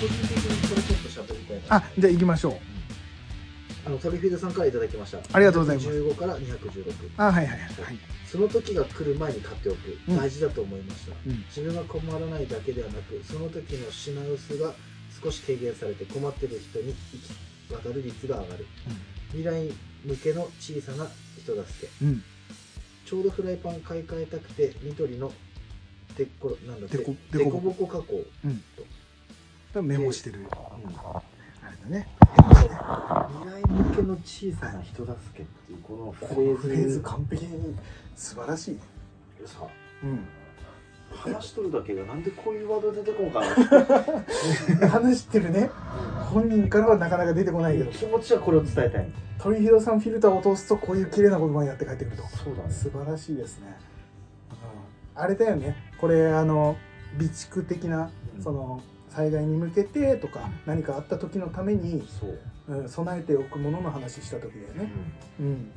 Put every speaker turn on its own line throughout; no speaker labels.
個人的にこれちょっと喋りたいな
あじゃあ行きましょう
あのトリフィードさんからいただきました
ありがとうございます
15から216
あはいはいはい、はい、
その時が来る前に買っておく
うん
大事だと思いました、
うん
自分が困らないだけではなくその時の品薄が少し軽減されて困ってる人に行き渡る率が上がる、未来向けの小さな人助け
うん
ちょうどフライパン買い替えたくて緑のてっこなんだって
でこ
で
で
こぼこ加工、
こメモしてる
うん
あれだね
未来向けの小さな人助けっていうこのフレーズ
フレーズ完璧に素晴らしいね
さ
うん
話しとるだけがなんでこういうワード出てこんかな
話してるね本人からはなかなか出てこないけど
気持ちはこれを伝えたい
鳥広さんフィルターを通すとこういう綺麗な言葉になって帰ってくると
そうだ
素晴らしいですね、うん、あれだよねこれあの備蓄的な
うん
その災害に向けてとか何かあった時のために、
そう、
うん、備えておくものの話した時だよね、うん、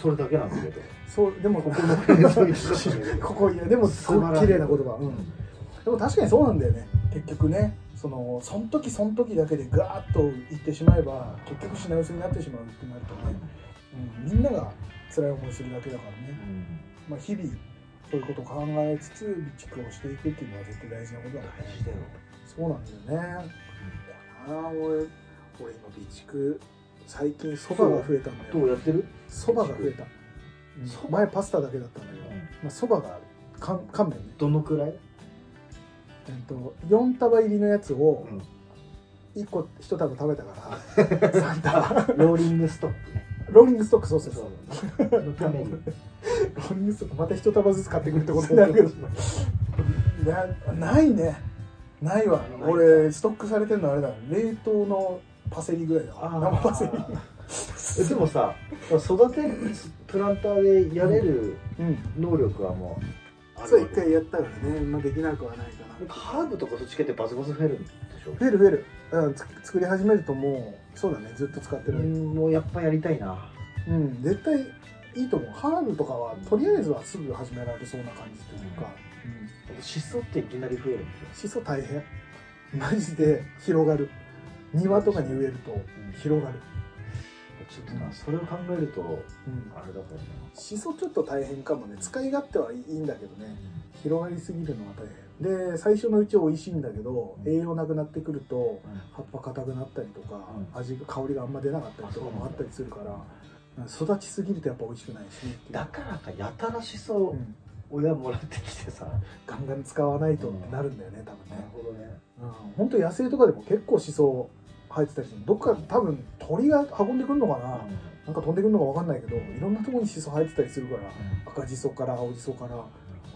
それだけなんだけど
そうでもここもここいやでもすごい綺麗な言葉、うん、でも確かにそうなんだよね結局ねそのその時その時だけでガーッといってしまえば結局品薄になってしまうってなるとね、うん、みんなが辛い思いするだけだからね、まあ、日々そういうことを考えつつ備蓄をしていくっていうのは絶対大事なことだね
大事だよ
そうなんだよねだな俺俺今備蓄最近そばが増えたんだ
どう
よ
やってる
そばが増えた、うん
そば
前パスタだけだったんだけど、まあ、そばがあるかん乾麺ね
どのくらい
えっと、4束入りのやつを
うん
1個1束食べたから3束
ローリングストップね
ローリングストックそうそうそう
そうのために
ローリングストックまた1束ずつ買ってくるってことになるけどなないねないわ
ないか
俺ストックされてるのあれだ冷凍のパセリぐらいだ
あー
生パセ
え
リ
でもさ育てるプランターでやれる
うん
能力はもうあ
そ
る
う
わ
1
け
回やったからね、まあ、できなくはないかな
なんかハーブとかそっち系ってバズバズ増えるんでしょ
増える増える、うん、つ作り始めるともうそうだねずっと使って
う
る、
んもうやっぱやりたいな
うん、絶対いいと思うハーブとかはとりあえずはすぐ始められそうな感じというか、
シソっていきなり増えるんで
しそ大変マジで広がる庭とかに植えると
しょ
広がる、
ちょっとなそれを考えると
うん、
あれだからね
しそちょっと大変かもね使い勝手はいいんだけどね広がりすぎるのは大変で最初のうちは美味しいんだけど栄養なくなってくると葉っぱ硬くなったりとか
う
味が香りがあんま出なかったりとかもあったりするからうん育ちすぎるとやっぱ美味しくないしねっていう
だからかやたらシ
う
ソ
ん
親もらってきてさ
ガンガン使わないとってなるんだよね多分ね
ほどね
本当野生とかでも結構シソ生えてたりするどっか多分鳥が運んでくるのかな、なんか飛んでくるのかわかんないけどいろんなところにシソ生えてたりするから赤じそから青じそからあ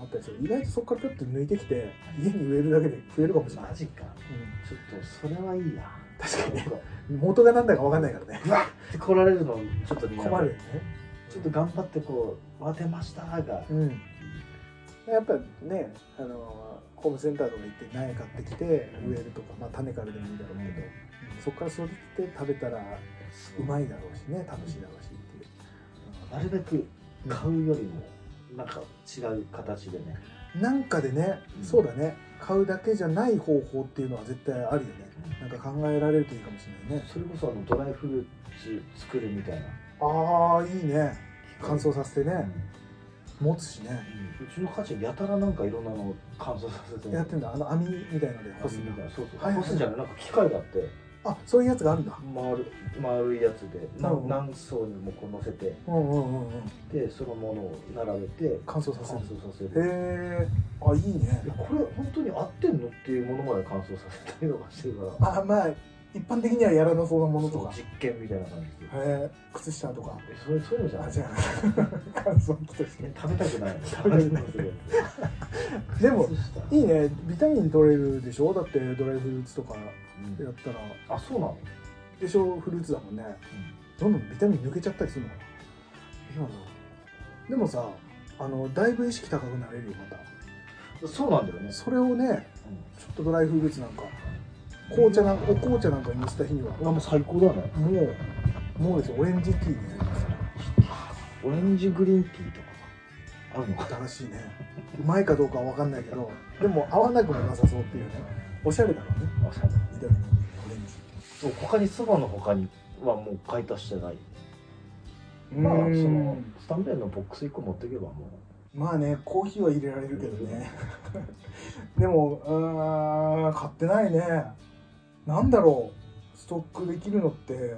ったりする意外とそこからピョッと抜いてきて家に植えるだけで増えるかもしれない、
マジか
う
ちょっとそれはいいな
確かにね
なん
ん、元が何だかわかんないからね
うわって来られるのちょっと苦手
困るよね
ちょっと頑張ってこう「当てました」が
うんやっぱねあのホームセンターとか行って苗買ってきて植えるとか、まあ、種からでもいいだろうけど、そこから育てて食べたらうまいだろうしね楽しいだろうしっていう
なるべく買うよりもなんか違う形でね
なんかでね、
うん
そうだね買うだけじゃない方法っていうのは絶対あるよねなんか考えられるといいかもしれないね
それこそあのドライフルーツ作るみたいな
ああいいね乾燥させてね、持つしね
うんうちの母ちゃんやたらなんかいろんなの乾燥させて
やってんだあの網みたいので干
干
す
す
ん
み
だ
たいなそうそう
はいはい
干すんじゃないなんか機械があって
あそういうやつがあるんだ
丸丸いやつでな
うん
何層にもこう乗せて
うんうんうんうん
でそのものを並べて
乾燥させ
乾
る
燥させる
へえあいいね
いやこれ本当に合ってんのっていうものまで乾燥させたりとかしてるから
あまあ一般的にはやらなそうなものとか
そう
へ
実験みたいな感じで
え靴下とか
えそうそういうのじゃな
あ
い
じゃあ乾燥機として
え食べたくない
食べたくないでもいいねビタミン取れるでしょだってドライフルーツとかや
うん
ったら
あそうなの、
でしょフルーツだもんねどんどんビタミン抜けちゃったりするのかな
今の
でもさあのだいぶ意識高くなれるよま
そうなんだよね
た、それをねちょっとドライフルーツなんか紅茶なんかお紅茶なんかにのせた日には
うん、あもう最高だね
もうもうですよオレンジティーになります
オレンジグリーンティーとかあるのか
新しいねうまいかどうかは分かんないけどでも合わなくもなさそうっていうねおしゃれだろうね
あそうなの
緑にオレンジ
そう他にそばの他にはもう買い足してないま
ま
あ
あ
そ
その
のスタンレーのボックス1個持っていけばも
まあねコーヒーは入れられるけどね でもうーん買ってないねなんだろうストックできるのって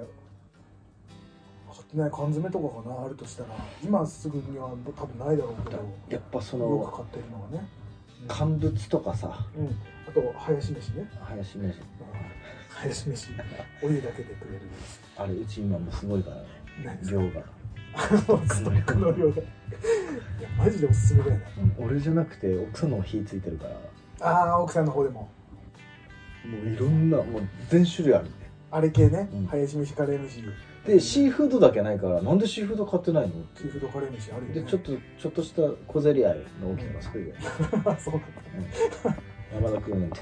買ってない缶詰とかかなあるとしたら今すぐには多分ないだろう
う
け
だ
ど
やっぱそ
よく
の
買ってるのがね、うん
乾物とかさ
うん、あと林飯ね
林名人
林飯お湯だけでくれる
あれうち今もうすごいからね
何ですか
量が、
ストックの 量がいやマジでおすすめだよね
うん俺じゃなくて奥さんの方火ついてるから
ああ奥さんの方でも
もういろんなもう全種類ある
あれ系ね、
うん
林飯カレー飯シ
でシーフードだけないからなんでシーフード買ってないのって
ーフードカレー飯あるよね
でちょっとちょっとした小競り合いの大きさがすごいよね
と そう
山田君なんて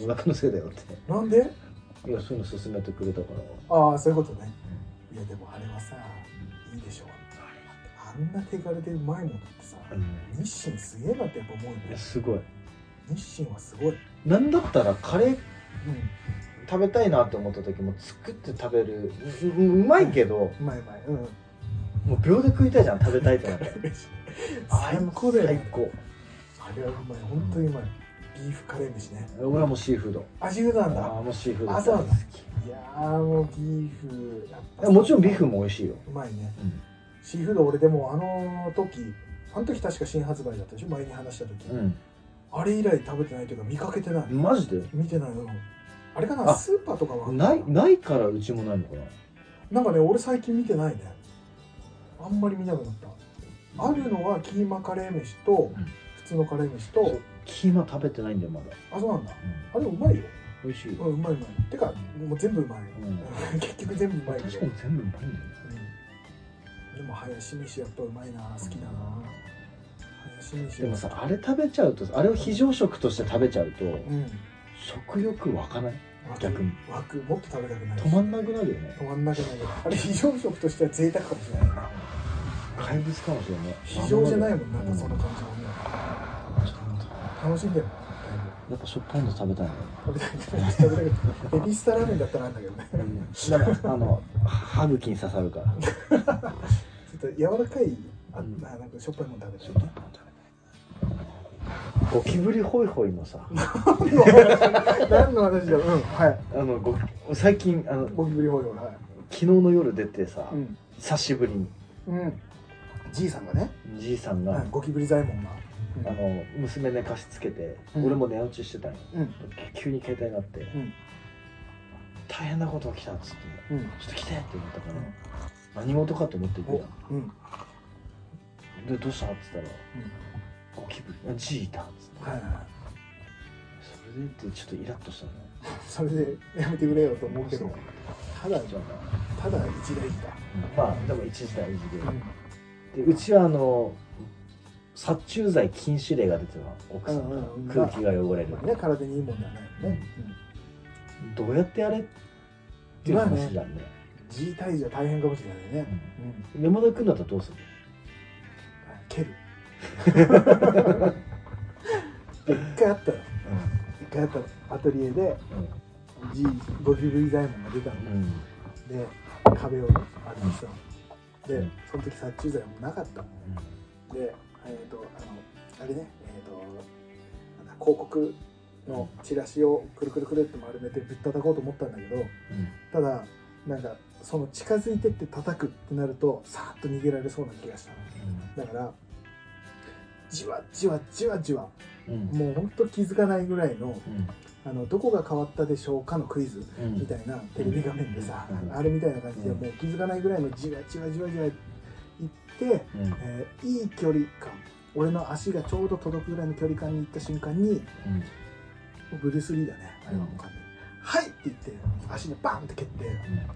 山田君のせいだよって
なのなんで
いやそういうの勧めてくれたから
ああそういうことねいやでもあれはさいいでしょあんな手軽でうまいものってさ
うん
日清すげえなってやっぱ思うよ
いや
ね
すごい
日清はすごい、うん、
なんだったらカレー食べたいなって思った時も作って食べるうううまいけど
うまいうまいうん
もう秒で食いたいじゃん食べたいってなって
最高だよ、
最
ね、
高
あれはうまい本当にうまいビーフカレー飯ね
俺はもうシーフード
味がなんだ
ああもうシーフード
あそうなんだ
き
いやーもうビーフやっ
い
ぱ
やもちろんビーフも美味しいよ
うまいね
うん
シーフード俺でもあの時あの時確か新発売だったでしょ前に話した時、あれ以来食べてないというか見かけてない、
うんマジで
見てないのあれかな
あ
スーパーとかは
ないないからうちもないのかな
なんかね俺最近見てないねあんまり見なくなったあるのはキーマカレー飯と
うん
普通のカレー飯と、
そうキーマ食べてないんだよまだ、
あそうなんだあでもうまいよ
美味しい
うんうまいうまいてかもう全部うまい、
う
結局全部うまいけ
確
ど
かに全部うまいんだよね
うんでも林飯やっぱうまいな好きだな林飯
でもさあれ食べちゃうとあれを非常食として食べちゃうと
うん
食欲湧かない
湧く
逆に
湧くもっと食べたくなる
止まんなくなるよね
止まんなくなるあれ非常食としては贅沢かもしれないな
怪物かもしれない
非常じゃないもんな
うん
かその感じはね楽しんでる
やっぱしょっぱいの食べたいんだよね
食べたい食べたい食べたいエビスタラーメンだったらあんだけどね
だからあの歯茎に刺さるから
ちょっと柔らかいあ
うん
ななんかしょっぱいもん食べたい
ゴキブリホイホイのさ
何の話だろううんはい
あのゴキ最近あの
ゴキブリホイホイはい
昨日の夜出てさ、
うん
久しぶりに
うんじいさんがね
じいさんが、
ゴキブリ左衛門が
あの娘寝かしつけて、
うん
俺も寝落ちしてたんよ
うん
急に携帯があって、
ん
大変なことが来たっつって
うん
ちょっと来てって言ったから、
うん
何事かと思って行くや
うん
んでどうしたっつったらゴキブリあじいいたっつって、
はいはいはい
それでってちょっとイラッとしたのよ
それでやめてくれよと思うけどただ
じゃあ
ただ一大事だ
まあでも一時代一時代
うん
でうちはあの殺虫剤禁止令が出てたの奥さんが、
うんうんうん
空気が汚れる、
まあね体にいいもんだねね
どうやってやれっていう話じゃんね、
G 退治は大変かもしれないねうん
うん山田君だったらどうする
蹴る一回あったの一回あったのアトリエで G ゴキブリ左衛門が出たの
うん、うん
で壁をね歩いてたのでその時殺虫剤はもうなかったので、えっとあのあれね、えっとなんだ広告のチラシをくるくるくるって丸めてぶったたこうと思ったんだけどただなんかその近づいてって叩くってなるとさーっと逃げられそうな気がしたのだからじわじわじわじわ
うんうん
もうほんと気づかないぐらいの
うん
あのどこが変わったでしょうかのクイズ
うん
みたいなテレビ画面でさ、
うん
あれみたいな感じで
うん
もう気づかないぐらいのじわじわじわじわいって、
うん
えーいい距離感俺の足がちょうど届くぐらいの距離感に行った瞬間に
うん
ブルース・リーだねあれはもう完全に「はい!」って言って足にバンって蹴って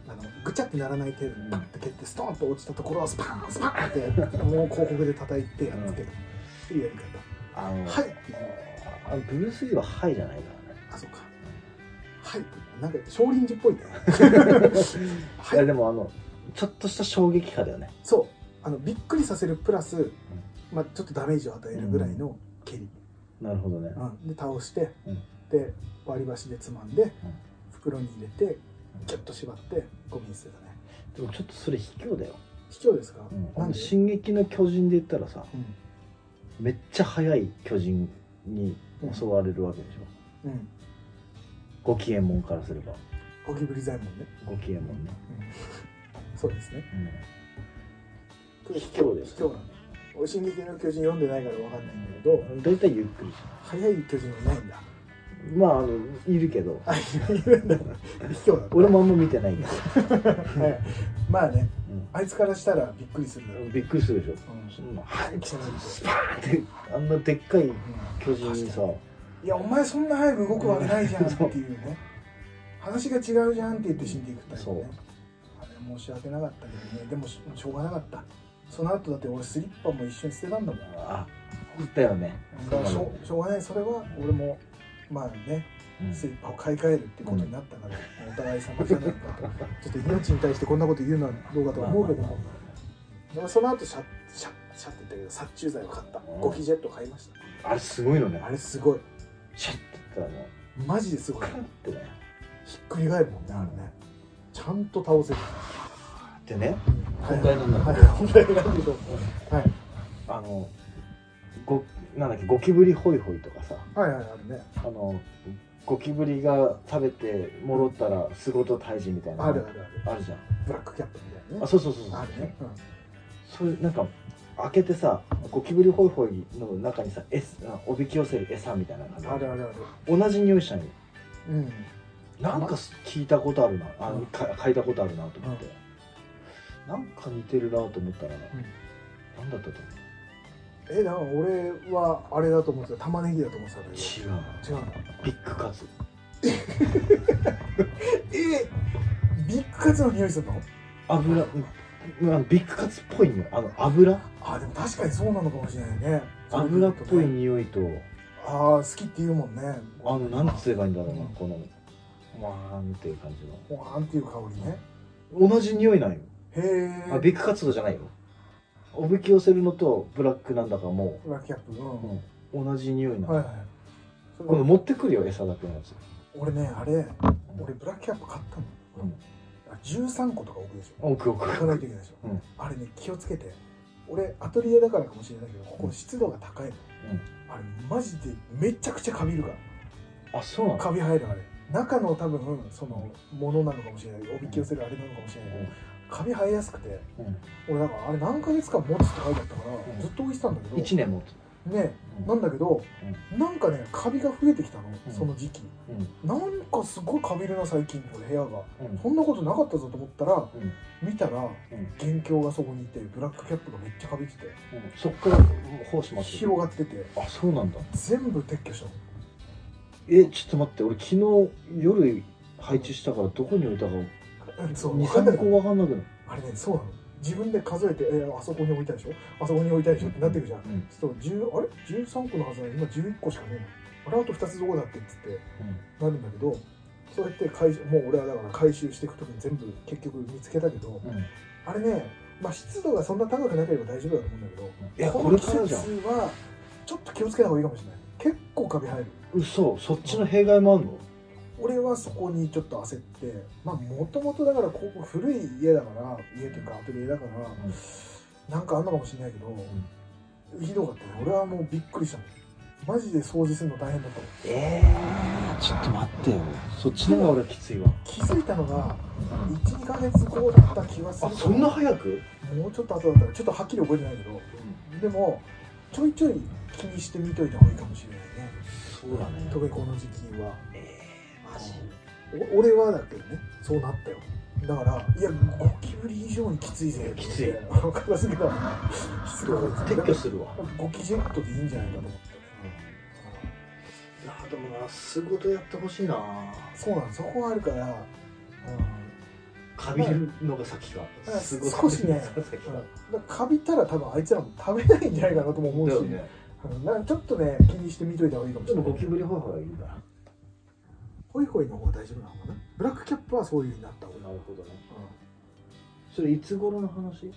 あのぐちゃってならない程度にバンって蹴ってストンと落ちたところをスパンスパンってもう広告で叩いてやっつけるっていうやり方
あの、
はいっていう
あのブルース・リーは「はい」じゃないか
あそうかはいってなんか少林寺っぽいね
らね、い、
は
や
い
でもあのちょっとした衝撃波だよね
そうあのびっくりさせるプラス、まあ、ちょっとダメージを与えるぐらいの蹴り
なるほどね
うん、で倒して、
うん
で割り箸でつまんで、袋に入れてギュッと縛ってゴミに捨てたね
でもちょっとそれ卑怯だよ、
卑怯ですか、
あ
なん
の
で、
進撃の巨人で言ったらさ
うん
めっちゃ速い巨人に襲われるわけでしょ、
うん、
ご機嫌もんからすれば
ゴキブリ左衛門ね、
ご機嫌もんね、
うん、 そうですね
卑怯です
卑怯なんだ俺進撃の巨人読んでないからわかんないんだけど
うん、だいたいゆっくり
速い巨人はないんだ
まああのいるけど
あいるんだ卑怯だね
俺もあんま見てないけど、
はいまあね
うん
あいつからしたらびっくりするだろう、
びっくりするでしょ
うん
そんなはい
そうなんです
スパーンって あんなでっかい巨人にさ
いやお前そんな早く動くわけないじゃんっていうね話が違うじゃんって言って死んでいくタイプねあれ申し訳なかったけどねでもししょうがなかったその後だって俺スリッパも一緒に捨てたんだもん
あだよね
だからしょしょうがないそれは俺もまあね
うん
スリッパを買い替えるってことになったから、お互い様じゃないかとちょっと命に対してこんなこと言うのはどうかと思うけども、でもその後シャッシャッシャッって言ったけど殺虫剤を買った
うん
ゴキジェット買いまし
あれすごいのね
たあれすごい
シャッて言ったらね
マジですごい
カンってね
ひっくり返るもんねあれねちゃんと倒せる
でね本題なんだけど
はい本題なんだけどはい
あのごなんだっけゴキブリホイホイとかさ
はいはいあるね
あのゴキブリが食べてもろったら巣ごと退治みたいな
あるあるある
あるじゃん
ブラックキャップみたいな
あ
ね
そうそうそうそう
あるねうん
それなんか開けてさゴキブリホイホイの中にさ餌あおびき寄せる餌みたいな
あ
感じ
るあるある
同じ匂いしたんよ
うん
なんか聞いたことあるなあ
うん
か嗅いだことあるなと思って、なんか似てるなと思ったら、なんだったと思
えだから俺はあれだと思ってた玉ねぎだと思ってたんだけ
う違う
ど違うの
ビッグカツ
えビッグカツの匂いするの
油うんうんビッグカツっぽい匂いあの油
あでも確かにそうなのかもしれないね
油っぽい匂いと
ああ好きって言うもんね
あのなんつえばいいんだろうな
うん
このわーんっていう感じ
ほわーんっていう香りね
の同じ匂いなんよ
へえ
あビッグカツとじゃないよおびき寄せるのとブラックなんだかも
ブラックキャップうん
う、うん同じ匂いなの、
はいはいそれ
今度持ってくるよ餌だけのやつ、
俺ねあれ
うん
俺ブラックキャップ買ったの、
うん
あ13個とか置くでしょ
奥奥
置かないといけないでしょ、
うん
あれね気をつけて俺アトリエだからかもしれないけどここ湿度が高いの、あれマジでめちゃくちゃカビるから
あそうなの
カビ入るあれ中の多分そのものなのかもしれないおびき寄せるあれなのかもしれないけど、カビ生えやすくて俺なんかあれ何ヶ月間持つって書いてあったから、
ん
ずっと置いてたんだけど
1年持つ、
ね
う
なんんだけど、なんかねカビが増えてきたの、
うん
その時期
うん
なんかすごいカビるな最近これ部屋が
うん
そんなことなかったぞと思ったら
うん
見たら元凶がそこにいてブラックキャップがめっちゃかびてて
うんそっから胞子まで
広がってて
あそうなんだ
全部撤去したの
えちょっと待って俺昨日夜配置したからどこに置いたか
うんそう分かんな
23
い
個分かんなくなる
あれねそうなの自分で数えて、えーあそこに置いたでしょあそこに置いたでしょってなってくじゃん
うん
そう10あれ13個のはずなのに今11個しかねえのあれあと2つどこだってっつってなるんだけどそうやって回収もう俺はだから回収していく時に全部結局見つけたけど
うんうん
あれねまあ湿度がそんな高くなければ大丈夫だと思うんだけど
いや
こ
こ
の
れ
季
から
節
じゃん
はちょっと気をつけた方がいいかもしれない結構カビ生える
嘘そっちの弊害もあんの
俺はそこにちょっと焦ってまあもともとだからここ古い家だから家というかアトリエだから、なんかあんのかもしれないけど、ひどかったね俺はもうびっくりしたのマジで掃除するの大変だった
えー、ちょっと待ってよそっちの方が俺はきついわ
気づいたのが12ヶ月後だった気がする
あそんな早く
もうちょっと後だったらちょっとはっきり覚えてないけどでもちょいちょい気にしてみといた方がいいかもしれないね
そうだね
特にこの時期は
え
マジお俺はだけどねそうなったよだからいやゴキブリ以上にきついぜ
きつい
片付けたきつかった
撤去するわ
ゴキジェットでいいんじゃないかと思って
いやでもな仕事やってほしいな
そうなんそこがあるから、う
かびるのが先か
ん、だから
すごい
少しね、
先
うん、だ
か
からかびたら多分あいつらも食べないんじゃないかなとも思う
だ
し、
よね
うん、だからちょっとね気にしてみといた方がいいかもし
で
れ
も
な
ゴ
い
キブリホイホイはいいんだな
ホイホイの方が大丈夫なのかなブラックキャップはそういう風になった方がいい、
るほどねそれいつ頃の話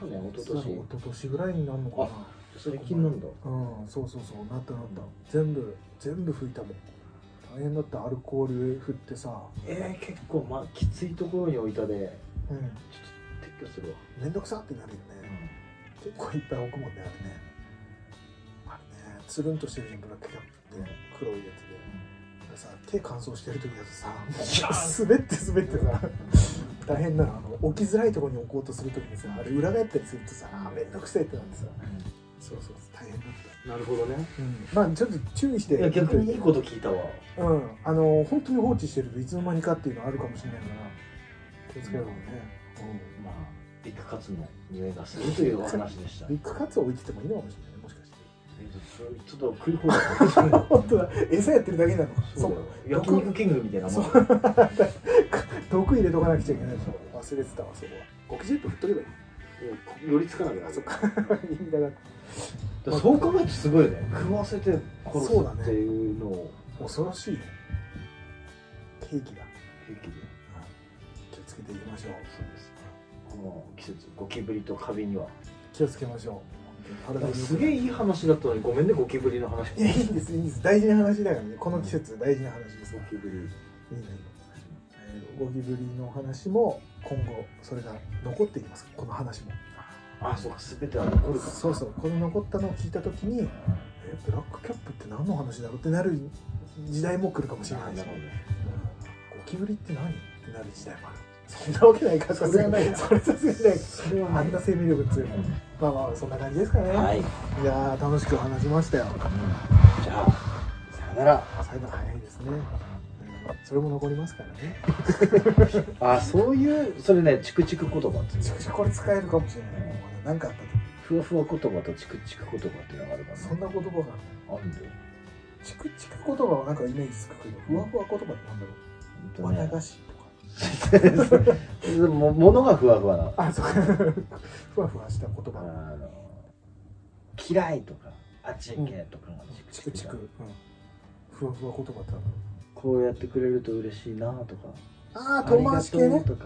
去年一昨年
一昨年ぐらいになるのかな
最近なんだ
うんそうそうそうなったなった全部全部拭いたもん大変だったアルコール振ってさ、
えー、結構まあきついところに置いたで
うん、
ちょっと撤去するわ、
めんどくさってなるよね結構いっぱい置くもんねあれねあれねつるんとしてるじゃんブラックキャップって黒いやつでだからさ手乾燥してる時だとさもう滑って滑ってさ大変なのあの置きづらいところに置こうとする時にさあれ裏返ったりするとさあーめんどくせえってなってさそうそう大変だった
なるほどね
うんまあちょっと注意して
いや逆にいいこと聞いたわ
うんあの本当に放置してるといつの間にかっていうのはあるかもしれないから気をつけろね、うん
まあビッグカツの匂いがするというお話でした
ビッグカツを置いててもいいのかもしれないねもしかして
えーちょっと食い放 題だ
本当だ餌やってるだけなのか
そうだよ焼肉キングみたいなもん
毒入れとかなくちゃいけないでしょ忘れてたわそこはオキジェット振っとけばいい
寄りつかなくな
あ
る
そっか意味なかった
だからそう考えるとすごいよね食わせて殺すっていうのを
恐ろしいねケーキだ
平気で
気をつけていきましょう
そうですこの季節ゴキブリとカビには
気をつけましょう体に良くない
すげえいい話だったのにごめんねゴキブリの話
いやいいんですいいんです大事な話だからねこの季節大事な話です
ゴ
い
キブリ
いねえーゴキブリの話も今後それが残っていきますこの話も
あそうか全ては残るか
そうそうこの残ったのを聞いた時にえブラックキャップって何の話だろうってなる時代も来るかもしれないし、
なるほど
ゴキブリって何ってなる時代もあるそんなわけないか
それはないな
それさすがにな い
それは
あんな生命力強いのまあまあそんな感じですかね、
はい、
い、やー楽しく話しましたよ
じゃあさよなら
最後早いですね、うんそれも残りますからね
あそういうそれねチクチク言葉っていう
ちょちょこれ使えるかもしれない何かあった時
ふわふわ言葉とチクチク言葉っていうのがあるから
そんな言葉が
あるんだよ
チクチク言葉はなんかイメージつくけどふわふわ言葉ってなんだろ
ほ
う
んと
綿
ね
菓子とか
も物がふわふわな
あそうかふわふわした言
あ
葉
の嫌いとかあっち行けとかが
チクチク、うん、ふわふわ言葉ってなんだろう
こうやってくれると嬉しいなとか
ああ
あり
遠
が
回し
と
系
う
ね
とか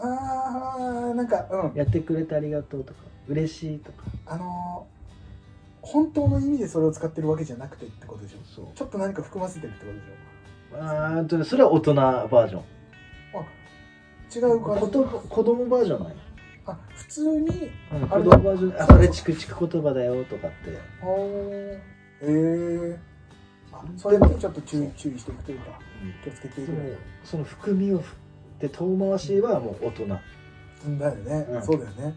ああなんかうん
やってくれてありがとうとか嬉しいとか
あのー本当の意味でそれを使ってるわけじゃなくてってことでしょ
そう
ちょっと何か含ませてるってことでし
あーとそれは大人バージョン
ょ違うから
こと子供バージョンなんや、
あ普通
うん、
にあれ
子供バージョンあ
そうそう
それチクチク言葉だよとかって
あーへえあそれにちょっと注意注意していくというか気をつけてい
で
く
もその含みを振って遠回しはもう大人
うんだよね、
うん
そうだよねいやー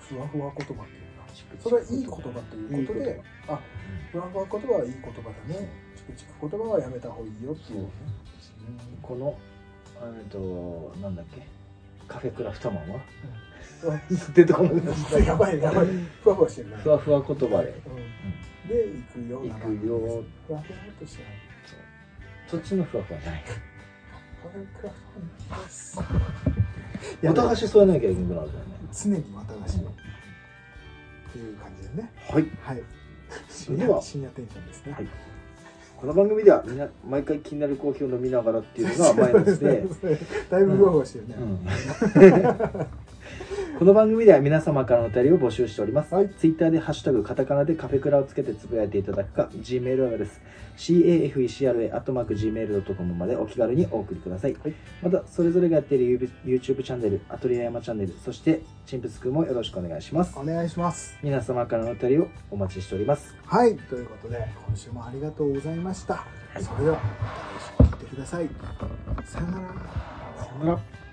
ふわふわ言葉っていうかそれはいい言葉ということで
いい言
あふわふわ言葉はいい言葉だねチクチク言葉はやめた方がいいよってい
そ
う
うこのえっとなんだっけカフェクラフトマンは
うわ
出てこなくなっ
ちょっとやばいやばいふわふわしてるな
ふわふわ言葉で
うん、で行くような
行くよ
ふわふわっとしてない
そっちのふわふわじゃない
ふわふわです
お互いし添えなきゃいけなくなるからね
常に綿菓子っていう感じでね
はい
はい深
れで
夜
は
深夜テンションですね、
はいこの番組ではみんな毎回気になるコーヒーを飲みながらっていうのが前ので
だいぶふわふわしてるね、
この番組では皆様からのお便りを募集しております。
はい
ツイッターでハッシュタグカタカナでカフェクラをつけてつぶやいていただくか、G メールアドレス cafecra アットマーク gmail.com までお気軽にお送りください。
はい
またそれぞれがやっている YouTube チャンネル、アトリエ山チャンネル、そしてチンプスくんもよろしくお願いします。
お願いします
皆様からのお便りをお待ちしております。
はいということで今週もありがとうございました、
い
それではまた来週聞いてくださいさよなら
さよなら。